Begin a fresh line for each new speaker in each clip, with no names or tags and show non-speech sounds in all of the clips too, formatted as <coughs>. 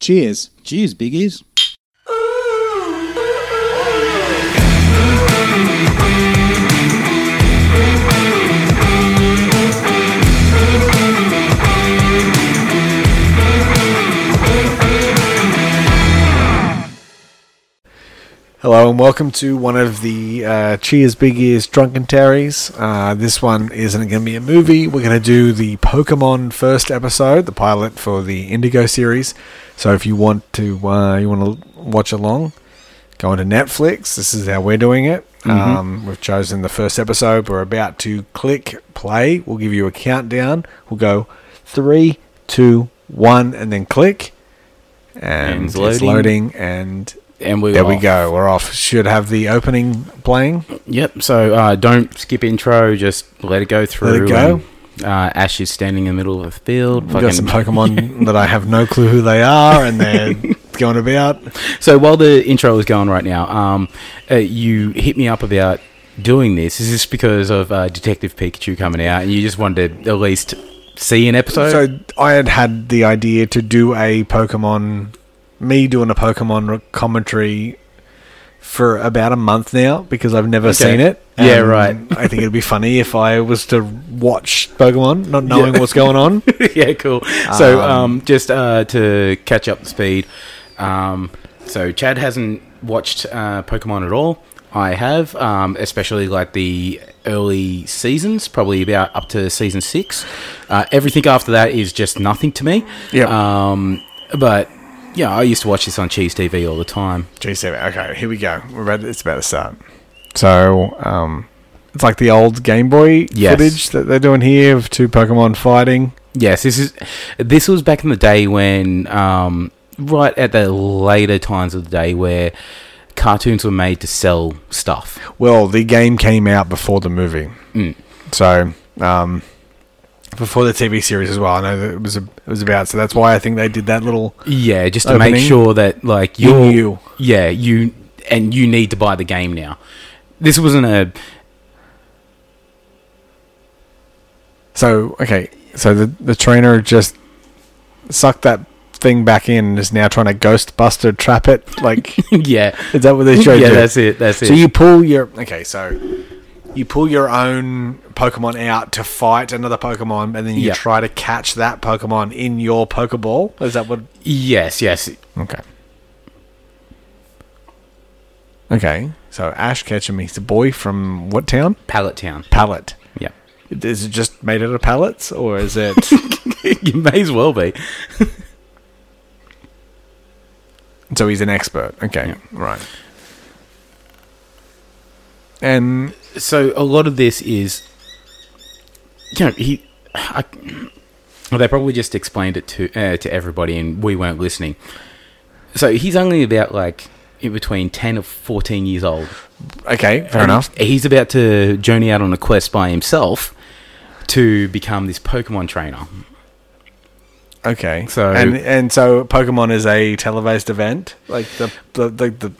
Cheers.
Cheers, biggies.
Hello and welcome to one of the uh, Cheers Big Ears Drunken Terries. Uh, this one isn't going to be a movie. We're going to do the Pokemon first episode, the pilot for the Indigo series. So if you want to, uh, you want to watch along, go onto Netflix. This is how we're doing it. Um, we've chosen the first episode. We're about to click play. We'll give you a countdown. We'll go three, two, one, and then click. And,
And
it's
loading.
loading and
And we
there we
off.
go. We're off. Should have the opening playing.
Yep. So uh, don't skip intro. Just let it go through.
go.
and, uh, Ash is standing in the middle of the field.
We've got
fucking- <laughs>
some Pokemon that I have no clue who they are and they're going about.
So while the intro is going right now, um, uh, you hit me up about doing this. Is this because of uh, Detective Pikachu coming out, and you just wanted to at least see an episode?
So I had had the idea to do a Pokemon, me doing a Pokemon re- commentary for about a month now because I've never
Okay.
seen it.
Yeah,
And
right.
I think it'd be funny if I was to watch Pokemon, not knowing what's
<laughs>
going on.
yeah, cool. So, um, just uh, to catch up the speed, um, so Chad hasn't watched uh, Pokemon at all. I have, um, especially like the early seasons, probably about up to season six. Uh, everything after that is just nothing to me.
Yep.
Um, but yeah, I used to watch this on Cheese TV all the time.
G7. Okay, here we go. We're about, it's about to start. So, um, it's like the old Game Boy
Yes.
footage that they're doing here of two Pokemon fighting.
Yes, this is this was back in the day when um, right at the later times of the day where cartoons were made to sell stuff.
Well, the game came out before the movie,
Mm.
so um, before the TV series as well. I know that it was a, it was about. So that's why I think they did that little
Yeah, just to make
Opening.
sure that like
you
you're
you.
yeah you and you need to buy the game now. This wasn't a <laughs>
So okay, so the the trainer just sucked that thing back in and is now trying to Ghostbuster trap it. Like, <laughs>
yeah
is that what they showed
<laughs> yeah
you?
that's it that's it
So you pull your okay, so you pull your own Pokemon out to fight another Pokemon, and then you
Yeah.
try to catch that Pokemon in your Pokeball. Is that what?
yes yes
Okay. Okay. So Ash Ketchum, he's a boy from what town?
Pallet Town
Pallet.
yeah <laughs>
Is it just made out of pallets, or is it?
you may as well be
so he's an expert. Okay,
Yeah.
right. And
so a lot of this is you know he I, well, they probably just explained it to uh, to everybody and we weren't listening so he's only about like in between 10 or 14 years old
okay, fair
And
enough.
he's about to journey out on a quest by himself to become this pokemon trainer
Okay.
So-
and and so Pokemon is a televised event, like the the the. the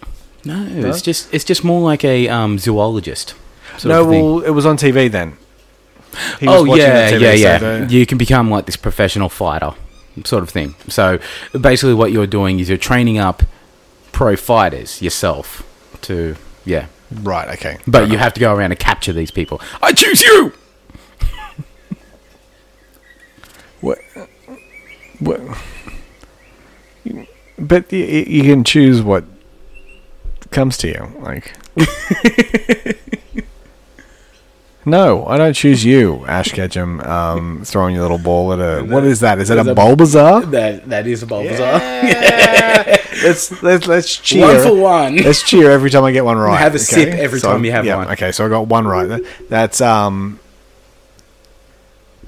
no it's just it's just more like a um, zoologist sort
no,
of thing.
well, it was on TV then. He was
oh
watching
yeah,
it on
yeah,
TV, so
yeah.
the-
You can become like this professional fighter, sort of thing. So basically, what you're doing is you're training up pro fighters yourself to yeah.
Right. Okay.
But you have to go around and capture these people. I choose you.
What? What? But you, you can choose what comes to you. <laughs> Like, no, I don't choose you, Ash Ketchum. Um, throwing your little ball at a what is that? Is that a Bulbasaur?
That that is a Bulbasaur.
<laughs> let's let's let's cheer.
one.
Let's cheer every time I get one right.
Have a sip every
So,
time you have
yeah,
one.
Okay, so I got one right. That- That's um,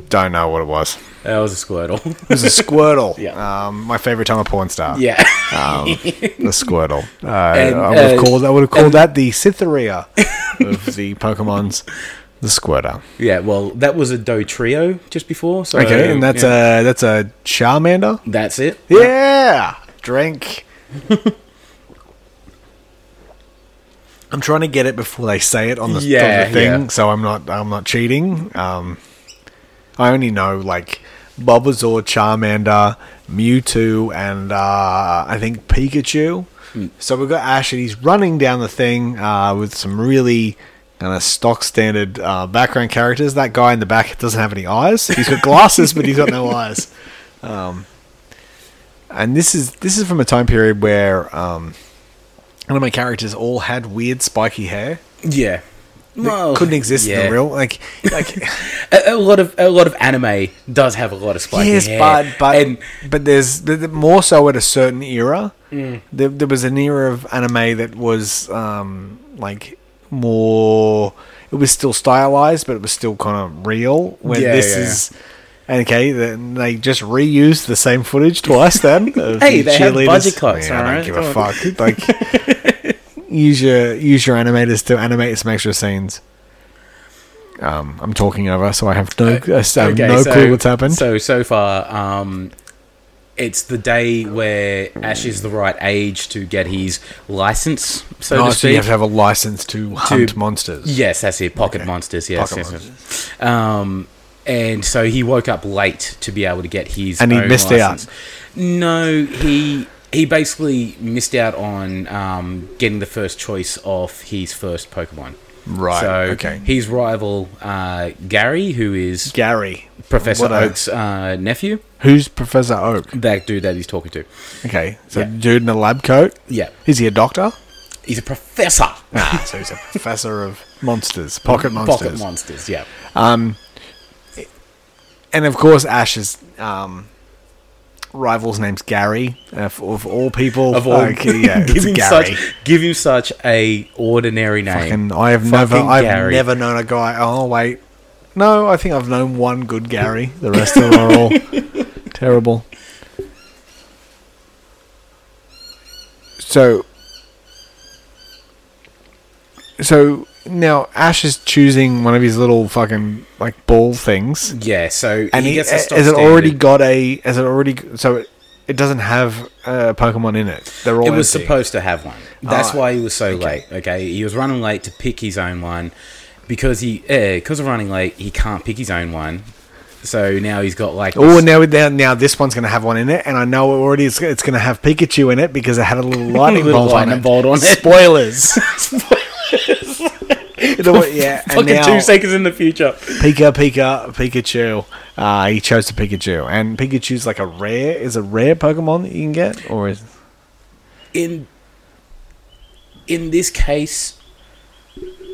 don't know what it was.
That was a Squirtle.
It was a
<laughs>
Squirtle.
Yeah.
Um, my favorite time a porn star.
yeah. <laughs>
Um, the Squirtle. Uh,
And,
I would have
uh,
called. I would have called that
<laughs>
the Cytherea of the Pokemon's. The Squirtle.
Yeah. Well, that was a Dotrio just before. So
Okay, and that's
yeah.
a that's a Charmander.
that's it.
Yeah, drink. <laughs> I'm trying to get it before they say it on the, on the
Yeah,
thing,
yeah.
so I'm not I'm not cheating. Um, I only know like Bulbasaur, Charmander, Mewtwo, and uh, I think Pikachu. So we've got Ash, and he's running down the thing uh, with some really kind of stock standard uh, background characters. That guy in the back doesn't have any eyes. He's got glasses, but he's got no eyes. Um, and this is this is from a time period where um, one of my characters all had weird spiky hair.
Yeah.
that
Well,
couldn't exist in
Oh, yeah.
the real like <laughs> like.
A, a lot of a lot of anime does have a lot of spiky
yes,
hair.
but but
and
but there's th- th- more so at a certain era.
Mm.
There, there was an era of anime that was um, like more. It was still stylized, but it was still kind of real. When
Yeah,
this
yeah.
is okay, then they just reused the same footage twice. Then
<laughs>
of
Hey,
the
they had
cheerleaders.
budget cuts,
Yeah, I
alright,
don't
come
give
<laughs>
a fuck. Like, use your use your animators to animate some extra scenes. Um, I'm talking over, so I have no, I have
Uh, okay,
no
so,
clue what's happened.
So so far, um, it's the day where Ash is the right age to get his license, so to
oh, so you
speak.
have to have a license to hunt monsters.
yes, that's it. Pocket monsters. Yes,
Pocket
yes, yes. Um, and so he woke up late to be able to get his
And he
own
missed out.
license. No, he he basically missed out on um, getting the first choice of his first Pokemon.
Right.
So
okay.
his rival uh, Gary, who is
Gary.
Professor
What a-
Oak's uh, nephew,
Who's Professor Oak?
that dude that he's talking to.
Okay. So
Yeah.
dude in a lab coat.
Yeah,
Is he a doctor?
he's a professor.
Ah, <laughs> so he's a professor of monsters, pocket monsters.
Pocket monsters. Yeah.
and of course, Ash's um, rival's name's Gary. Uh, of, of all people,
Of all,
like,
<laughs>
yeah,
give
it's
him
Gary.
such give him such a ordinary name.
and I have never,
fucking
I've
Gary.
never known a guy. Oh wait, no, I think I've known one good Gary. The rest of them are all
<laughs>
terrible. So, so now Ash is choosing one of his little fucking like ball things,
Yeah, so
and
he,
he, eh,
gets a
has
stock
it
standard.
already got a? Has it already? So it, it doesn't have a Pokemon in it. They're all
It was
empty.
supposed to have one. That's
Ah,
why he was so late. Okay, he was running late to pick his own one because he because of running late he can't pick his own one. So now he's got like
Oh,
this-
now, now now this one's going to have one in it, and I know it already it's, it's going to have Pikachu in it because it had
<laughs>
a little lightning
Little
bolt,
lightning
on it.
bolt on it. <laughs>
Spoilers. Spoilers. yeah, and
fucking
now
two seconds in the future.
Pika Pika Pikachu. Uh, he chose the Pikachu, and Pikachu's like a rare. Is a rare Pokemon that you can get, or is
In in this case,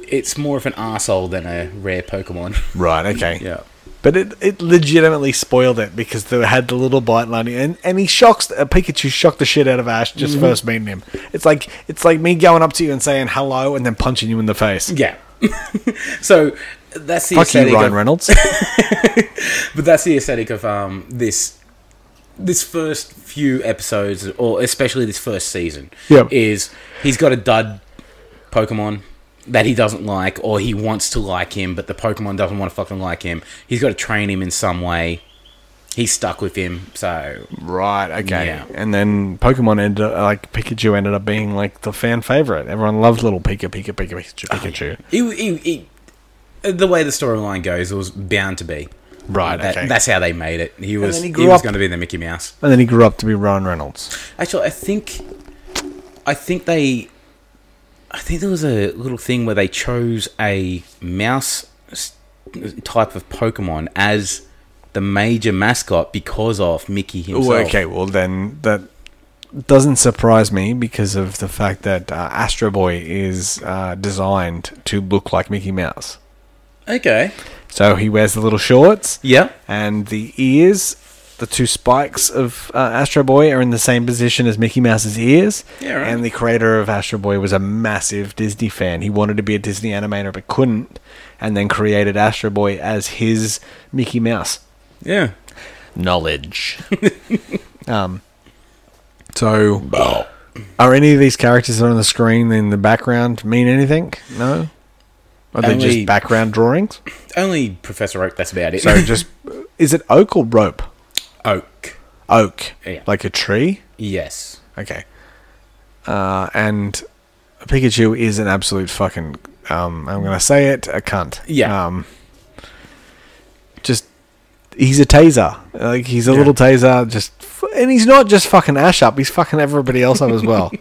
it's more of an arsehole than a rare Pokemon.
right? Okay,
yeah.
But it, it legitimately spoiled it because they had the little bite lining, and, and he shocks uh, Pikachu shocked the shit out of Ash just
Mm-hmm.
first meeting him. It's like it's like me going up to you and saying hello and then punching you in the face.
<laughs> Yeah. <laughs> so that's the
Fuck you,
aesthetic
Ryan
of-
Reynolds.
<laughs> But that's the aesthetic of um, this this first few episodes, or especially this first season.
Yep.
is he's got a dud Pokemon that he doesn't like, or he wants to like him, but the Pokemon doesn't want to fucking like him. He's got to train him in some way. He's stuck with him, so
right, okay.
Yeah.
And then Pokemon ended up, like Pikachu ended up being like the fan favorite. Everyone loved little Pika Pika Pika Pikachu Pikachu.
it, it, it, the way the storyline goes, it was bound to be.
Right,
That-
okay.
That's how they made it. He was
then he
he,
grew
was
up-
going to be the Mickey Mouse.
and then he grew up to be Ryan Reynolds.
Actually, I think, I think they, I think there was a little thing where they chose a mouse s- type of Pokemon as the major mascot because of Mickey himself.
Oh, okay. Well, then that doesn't surprise me because of the fact that uh, Astro Boy is uh, designed to look like Mickey Mouse.
Okay.
So he wears the little shorts
Yeah.
and the ears. The two spikes of uh, Astro Boy are in the same position as Mickey Mouse's ears.
Yeah, right.
And the creator of Astro Boy was a massive Disney fan. He wanted to be a Disney animator but couldn't, and then created Astro Boy as his Mickey Mouse
Yeah.
knowledge. <laughs> um, so, are any of these characters that are on the screen in the background mean anything? No, are they
Only-
just background drawings?
Only Professor Oak. That's about it. <laughs>
So, just is it oak or rope?
Oak.
Oak,
Yeah.
like a tree.
Yes.
Okay, uh, and Pikachu is an absolute fucking. Um, I'm gonna say it, a cunt.
Yeah.
Um, just he's a taser. Like he's a little taser. Just f- and he's not just fucking Ash up. He's fucking everybody else up
<laughs>
as well.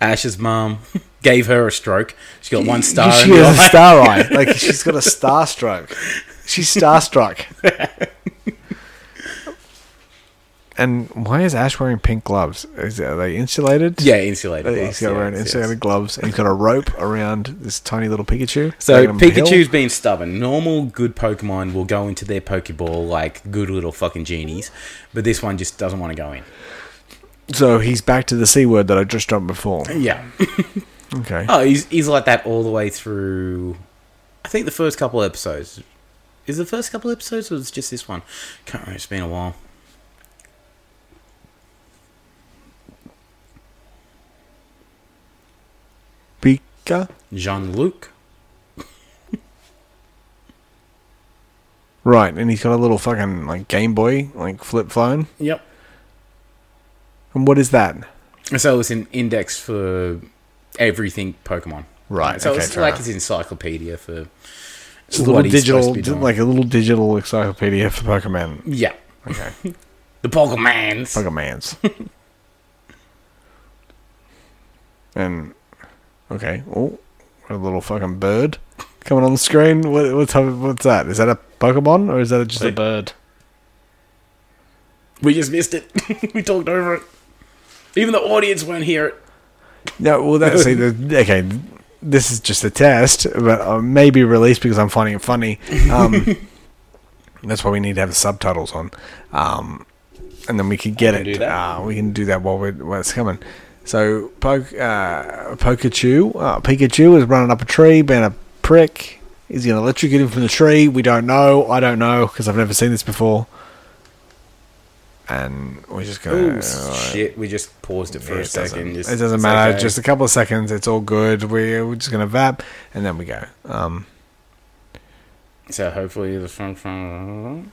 Ash's mum <laughs> gave her a stroke. <laughs> She got one star.
she
in her
has a
eye. <laughs>
star eye. Like she's got a star stroke.
<laughs>
She's starstruck. and why is Ash wearing pink gloves? Is are they insulated?
Yeah, insulated.
He's
gloves,
got
yes,
wearing
yes.
insulated gloves, and he's got a rope around this tiny little Pikachu.
So
taking him to hell.
Pikachu's been stubborn. Normal good Pokemon will go into their Pokeball like good little fucking genies, but this one just doesn't want to go in.
So he's back to the c word that I just dropped before.
Yeah.
Okay.
<laughs> Oh, he's he's like that all the way through. I think the first couple episodes. Is it the first couple episodes or is it just this one? Can't remember. It's been a while.
Pika.
Jean Luc.
Right, and he's got a little fucking like Game Boy like flip phone.
Yep.
And what is that?
So it's an index for everything Pokemon.
Right,
So
okay,
it's
fair
like
enough.
it's encyclopedia for.
It's a little
what he's supposed
digital,
to be doing.
like a little digital encyclopedia for Pokemon.
Yeah.
Okay.
The Pokemans.
<laughs> Pokemans. and okay, oh, a little fucking bird coming on the screen. What, what type of, what's that? Is that a Pokemon or is that just a
Wait.
bird?
We just missed it. <laughs> we talked over it. Even the audience won't hear it.
No, well, that's see, the, okay. This is just a test, but uh, maybe released because I'm finding it funny. Um, <laughs> that's why we need to have the subtitles on, um, and then we could get
can
it.
do that.
Uh, we can do that while we're while it's coming. So, Poke, uh, Pikachu, uh, Pikachu is running up a tree, being a prick. Is he gonna electrocute him from the tree? We don't know. I don't know because I've never seen this before. And we're just uh, gonna.
Oh shit! We just paused it for
Yeah,
a
it doesn't-
second. Just-
it doesn't
it's
matter.
okay.
Just a couple of seconds. It's all good. We're, we're just gonna vap, and then we go. Um,
so hopefully the front front.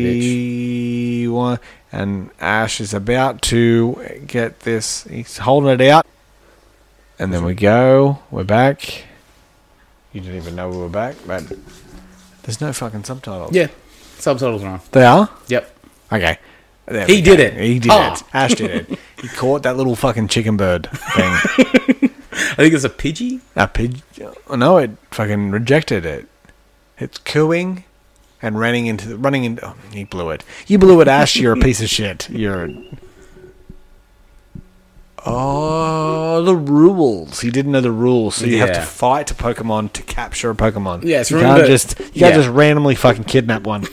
okay. One, and Ash is about to get this. He's holding it out, and then we go. We're back. You didn't even know we were back, but there's no fucking subtitles.
Yeah, subtitles are on.
they are.
Yep.
Okay. There
He
we
did
go.
it.
He did
Ah.
it. Ash did it. He caught that little fucking chicken bird
<laughs>
thing.
I think it's a Pidgey.
A pigeon? Oh, no, it fucking rejected it. It's cooing and running into the running into. Oh, he blew it. You blew it, Ash. You're a piece of shit. You're. Oh, the rules. He didn't know the rules, so you have to
Ah, Yeah.
fight a Pokemon to capture a Pokemon.
Yes,
you
remember-
can't just you
yeah.
can't just randomly fucking kidnap one.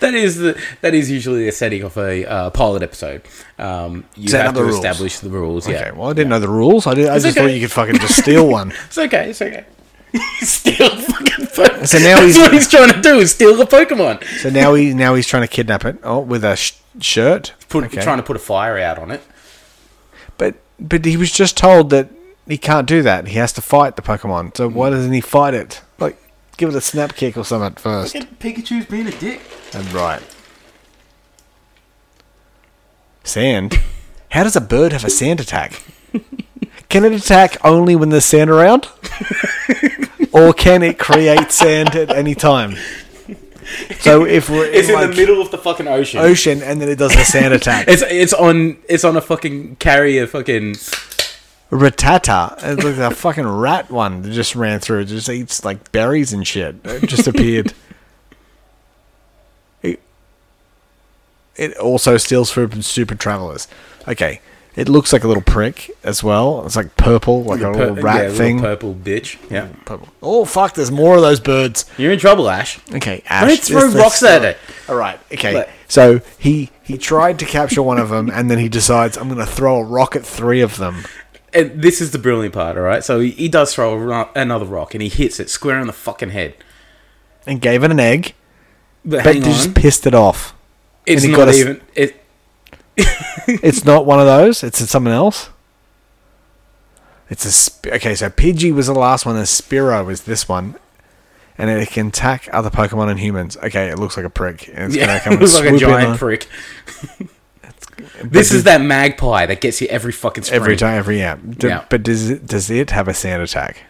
That is the that is usually the setting of a uh, pilot episode. Um, you
Set
have
up the
to
rules.
establish the rules.
Okay,
Yeah,
well, I didn't know the rules. I, did, I
It's
just
okay.
thought you could fucking just
<laughs>
steal one.
it's okay. It's okay. <laughs> steal the fucking Pokemon.
<laughs> So now
That's
he's-
what he's trying to do is steal the Pokemon.
So now he now he's trying to kidnap it. Oh, with a sh- shirt.
Put,
Okay.
Trying to put a fire out on it.
But but he was just told that he can't do that. He has to fight the Pokemon. So
Hmm.
why doesn't he fight it? Like give it a snap kick or something first.
<laughs> Pikachu's being a dick.
And right. Sand. How does a bird have a sand attack? Can it attack only when there's
<laughs>
sand around? or can it create sand at any time? So if we're
It's
in,
in
like
the middle of the fucking ocean.
ocean and then it does a sand attack.
It's it's on it's on a fucking carrier fucking
Ratata. It's like a fucking rat one that just ran through. It just eats like berries and shit. It just appeared. It, it also steals food from stupid travelers. Okay. It looks like a little prick as well. It's like purple, like a
pur-
little rat
yeah, little
thing.
purple bitch. Yeah,
Purple. Oh fuck! There's more of those birds.
you're in trouble, Ash.
Okay,
Don't
Ash.
throw
this-
rocks
this-
at it.
All right. Okay.
Like-
so he he tried to capture one of them, and then he decides I'm going to throw a rock at three of them.
And this is the brilliant part, all right. So he, he does throw a ro- another rock, and he hits it square on the fucking head.
and gave it an egg,
But,
but
hang
they just
on,
pissed
<laughs>
it off.
it's
and he
not
got a s-
even. It,
it's not one of those. It's something else. It's a sp- okay. So Pidgey was the last one, and Spiro is this one, and it can attack other Pokemon and humans. Okay, it looks like a prick. And it's
yeah, <laughs>
gonna come
it was
and
like a
swoop in
giant
on-
prick. <laughs> this is that magpie that gets you every fucking spring.
every time, every yeah. D-
Yeah.
But does it does it have a sand attack?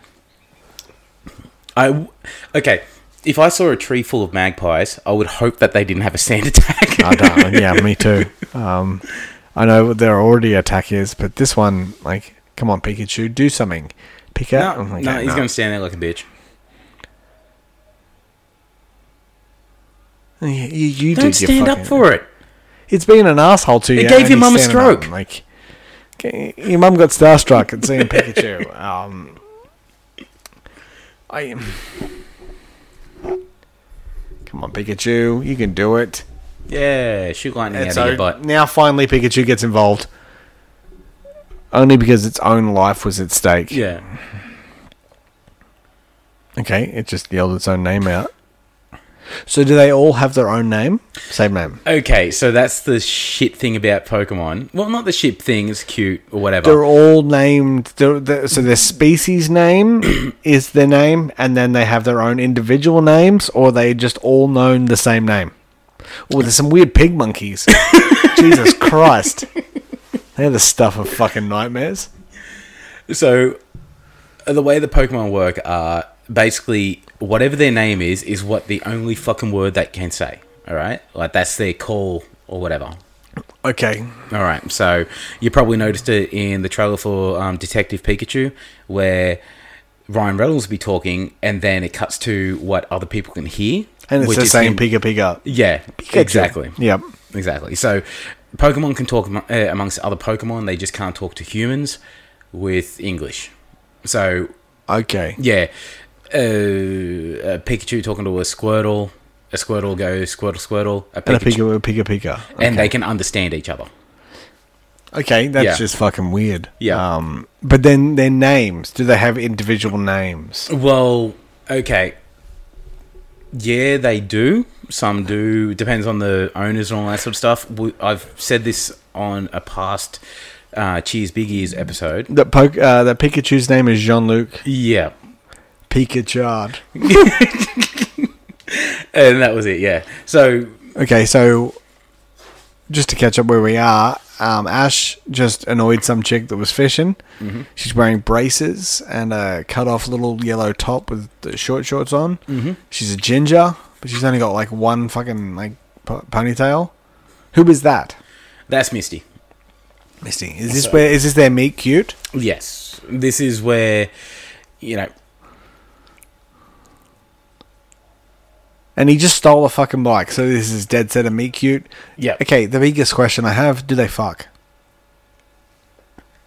I w- okay. if I saw a tree full of magpies, I would hope that they didn't have a sand attack.
I don't. Yeah,
<laughs>
me too. Um, I know there already attack is, but this one, like, come on, Pikachu, do something. Pick
no,
out. I'm
<laughs> no,
like,
he's going to stand there like a bitch.
You, you
Don't
did your
stand up
fucking-
for it.
It's being an asshole to you.
gave
and
your
he's
mum a
standing up,
stroke.
Like, okay, your mum got starstruck at seeing
<laughs>
Pikachu. Um, I Come on, Pikachu, you can do it.
Yeah, shoot lightning out
And
of
so
your butt.
now finally Pikachu gets involved. Only because its own life was at stake.
Yeah.
Okay, it just yelled its own name out. So do they all have their own name? Same name.
Okay, so that's the shit thing about Pokemon. Well, not the shit thing. It's cute or whatever.
They're all named. They're, they so their
<coughs>
species name is their name, and then they have their own individual names, or they just all known the same name. Well, there's some weird pig
<laughs>
monkeys. Jesus Christ, they're the stuff of fucking nightmares.
So, uh, the way the Pokemon work are basically whatever their name is, is what the only fucking word they can say. All right? Like, that's their call or whatever.
Okay,
All right. So, you probably noticed it in the trailer for um, Detective Pikachu, where Ryan Reynolds will be talking, and then it cuts to what other people can hear.
and it's
which
the
is
same
him-
Pika Pika.
Yeah, exactly.
Yep.
Exactly. So, Pokemon can talk amo- uh, amongst other Pokemon. They just can't talk to humans with English. So,
Okay.
yeah, uh, a Pikachu talking to a Squirtle. A Squirtle goes Squirtle Squirtle. A
And a
Pikachu,
Pika Pika Pika.
and they can understand each other.
Okay, that's
Yeah.
just fucking weird.
Yeah.
Um, but then their names. Do they have individual names?
Well, okay. Yeah, they do. Some do. Depends on the owners and all that sort of stuff. We- I've said this on a past uh, Cheers Big Ears episode.
That po- uh, that Pikachu's name is Jean Luc
Yeah.
Pikachu.
And that was it, yeah. So,
Okay, so just to catch up where we are, um, Ash just annoyed some chick that was fishing. She's wearing braces and a cut off little yellow top with the short shorts on. Mm-hmm. She's a ginger, but she's only got like one fucking like po- ponytail. Who is that?
that's Misty.
Misty. Is this where is this their meet cute?
Yes. This is where, you know,
And he just stole a fucking bike. So this is dead set of meet cute.
yeah.
Okay, the biggest question I have: Do they fuck?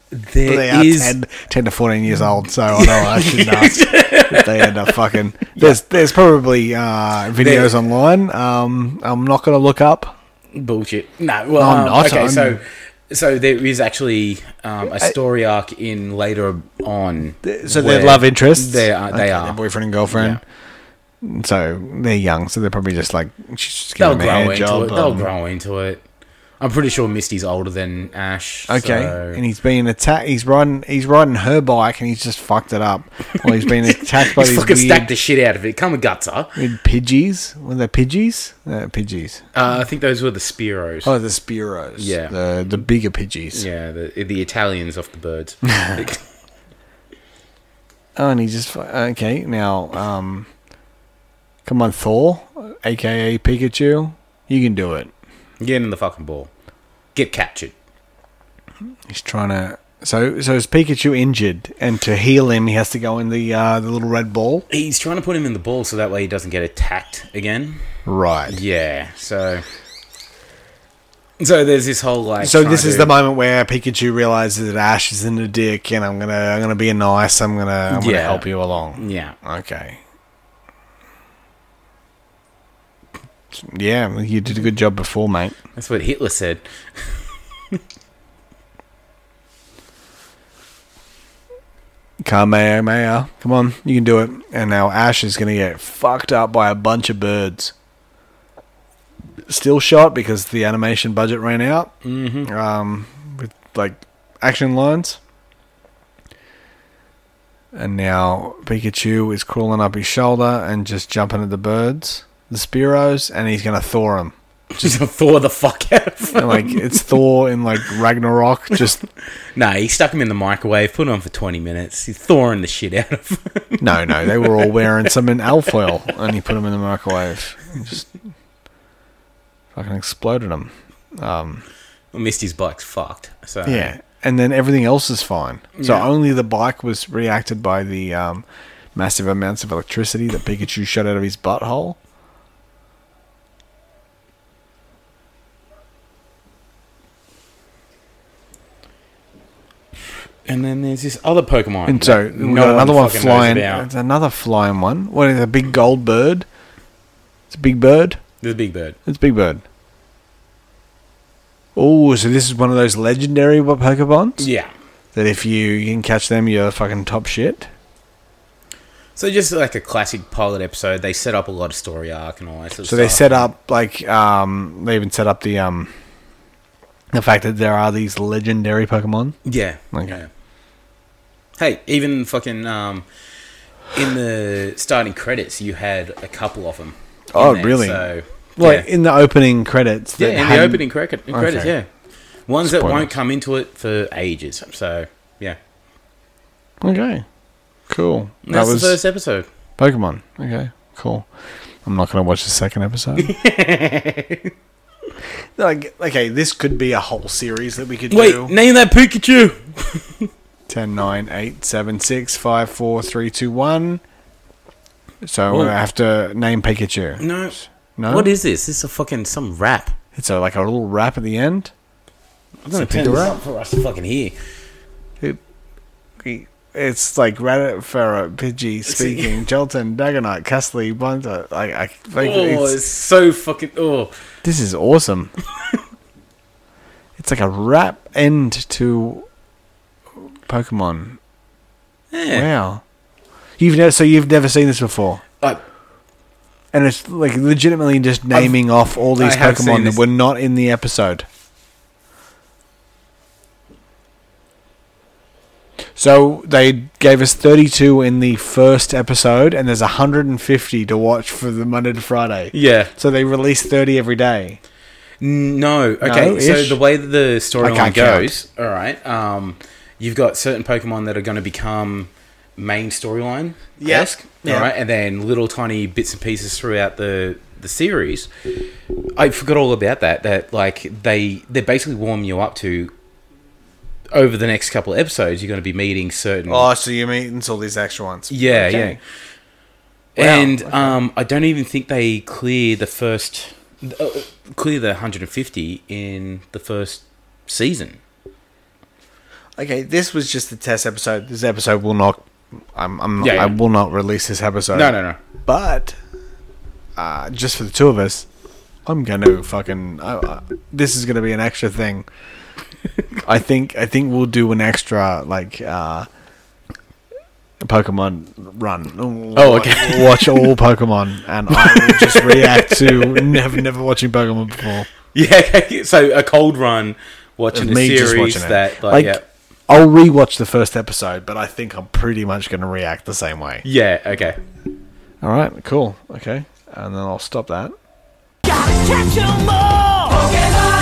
But they
There
are
is.
10, 10 to 14 years old, so I know
<laughs>
I shouldn't ask if they end up fucking. There's there's probably uh, videos
There-
online. Um, I'm not going to look up.
Bullshit. No, well,
I'm
um,
not,
okay,
I'm-
so so there is actually um, a story arc in later on.
So
where
they're love interests.
They are. They
Okay,
are.
They're boyfriend and girlfriend. So they're young, so they're probably just like she's just
They'll
giving them
grow
a hand
into
job.
it. They'll
um,
grow into it. I'm pretty sure Misty's older than Ash.
Okay,
so-
and he's being attacked. He's riding. He's riding her bike, and he's just fucked it up. Or he's been attacked
<laughs>
by
He's
these
fucking
weird,
stacked the shit out of it. Come a gutser.
weird pidgeys. Were they pidgeys? Uh, pidgeys.
Uh, I think those were the Spiros.
Oh, the Spiros.
Yeah.
The the bigger pidgeys.
Yeah, the, the Italians off the
<laughs>
birds.
Oh, and he just fu- okay now. Um, come on, Thor, aka Pikachu, you can do it.
Get in the fucking ball. Get captured.
He's trying to. So so is Pikachu injured, and to heal him, he has to go in the uh, the little red ball.
He's trying to put him in the ball so that way he doesn't get attacked again.
Right.
Yeah, so. So there's this whole like.
So
trying
this is
to-
the moment where Pikachu realizes that Ash is in a dick, and I'm gonna I'm gonna be nice. I'm gonna I'm gonna
Yeah.
help you along.
Yeah.
Okay. Yeah, you did a good job before, mate.
That's what Hitler said.
Kamehameha. Come on, you can do it. And now Ash is going to get fucked up by a bunch of birds. Still shot because the animation budget ran out. Mm-hmm. Um, with like action lines. And now Pikachu is crawling up his shoulder and just jumping at the birds, the Spiros, and he's going to Thor him.
<laughs> Just Thor the fuck <laughs> out of him.
And, like it's Thor in like Ragnarok, just
Nah, he stuck him in the microwave, put him on for 20 minutes. He's thawing the shit out of him.
no, no. They were all wearing some in alfoil, and he put them in the microwave. He Just fucking exploded them.
<laughs> Misty's bike's fucked. So
Yeah, and then everything else is fine. So only the bike was reacted by the um, massive amounts of electricity that Pikachu shot out of his butthole.
And then there's this other Pokemon.
And so
that
we got another one
fucking knows
flying.
about.
It's another flying one. What is it, a big gold bird? It's a big bird.
The Big Bird.
It's a big bird. Oh, so this is one of those legendary wa- Pokebons
Yeah.
that if you, you can catch them, you're fucking top shit.
So just like a classic pilot episode, they set up a lot of story arc and all that sort of
So they
stuff.
set up like um, they even set up the um, the fact that there are these legendary Pokemon.
Yeah.
Okay.
Yeah. Hey, even fucking um, in the starting credits, you had a couple of them.
Oh, really?
So,
Like
yeah,
in the opening credits.
yeah
that
in the
hadn't-
opening cre- credits,
Okay.
yeah, ones that
Spoilers.
won't come into it for ages. So, yeah,
Okay, cool.
And that's the first episode.
Pokemon. Okay, cool. I'm not going to watch the
<laughs>
second episode. <laughs> like, okay, this could be a whole series that we could
Wait,
do.
name that Pikachu.
10, 9, 8, 7, 6, 5, 4, 3, 2, 1. So we
Ooh.
have to name Pikachu.
No,
No?
what is this? This is a fucking some rap.
It's a, like a little rap at the end.
I'm gonna
It's a
turn
big
this
rap.
up for us to fucking hear.
It's like Reddit Ferrer,
<laughs>
Pidgey speaking, Jolton, Dagonite, Castley, Bunter. Like, I, like
Oh,
it's-
it's so fucking. Oh,
This
<laughs>
is awesome. it's like a wrap end to Pokemon.
yeah.
Wow. You've never so you've never seen this before.
I-
And it's like legitimately just naming off all these
I have seen
Pokemon that
this.
were not in the episode. So they gave us 32 in the first episode, and there's 150 to watch for the Monday to Friday.
yeah.
So they release 30 every day.
No. Okay. so
ish.
the way that the
I
storyline
can't count.
goes, all right. Um, you've got certain Pokemon that are going to become main storyline.
Yeah.
esque,
Yeah.
All right, and then little tiny bits and pieces throughout the the series. I forgot all about that. That like they they basically warm you up to. Over the next couple of episodes, you're going to be meeting certain.
Oh, so you're meeting all these extra ones.
Yeah,
Okay.
yeah.
Wow,
And
okay.
um, I don't even think they clear the first, uh, clear the 150 in the first season.
Okay, this was just the test episode. This episode will not. I'm. I'm not,
Yeah, yeah.
I will not release this episode.
No, no, <laughs> no.
But uh, just for the two of us, I'm gonna fucking. I, I, this is gonna be an extra thing. I think. I think we'll do an extra like. uh Pokemon run.
Oh, okay.
<laughs> Watch all Pokemon, and I will just react to never, never watching Pokemon before.
Yeah, so a cold run watching a
me
series
just watching it.
that, like,
like,
yeah,
I'll rewatch the first episode, but I think I'm pretty much going to react the same way.
yeah, okay.
All right, cool, okay, and then I'll stop that.
Gotta catch 'em all! Pokemon!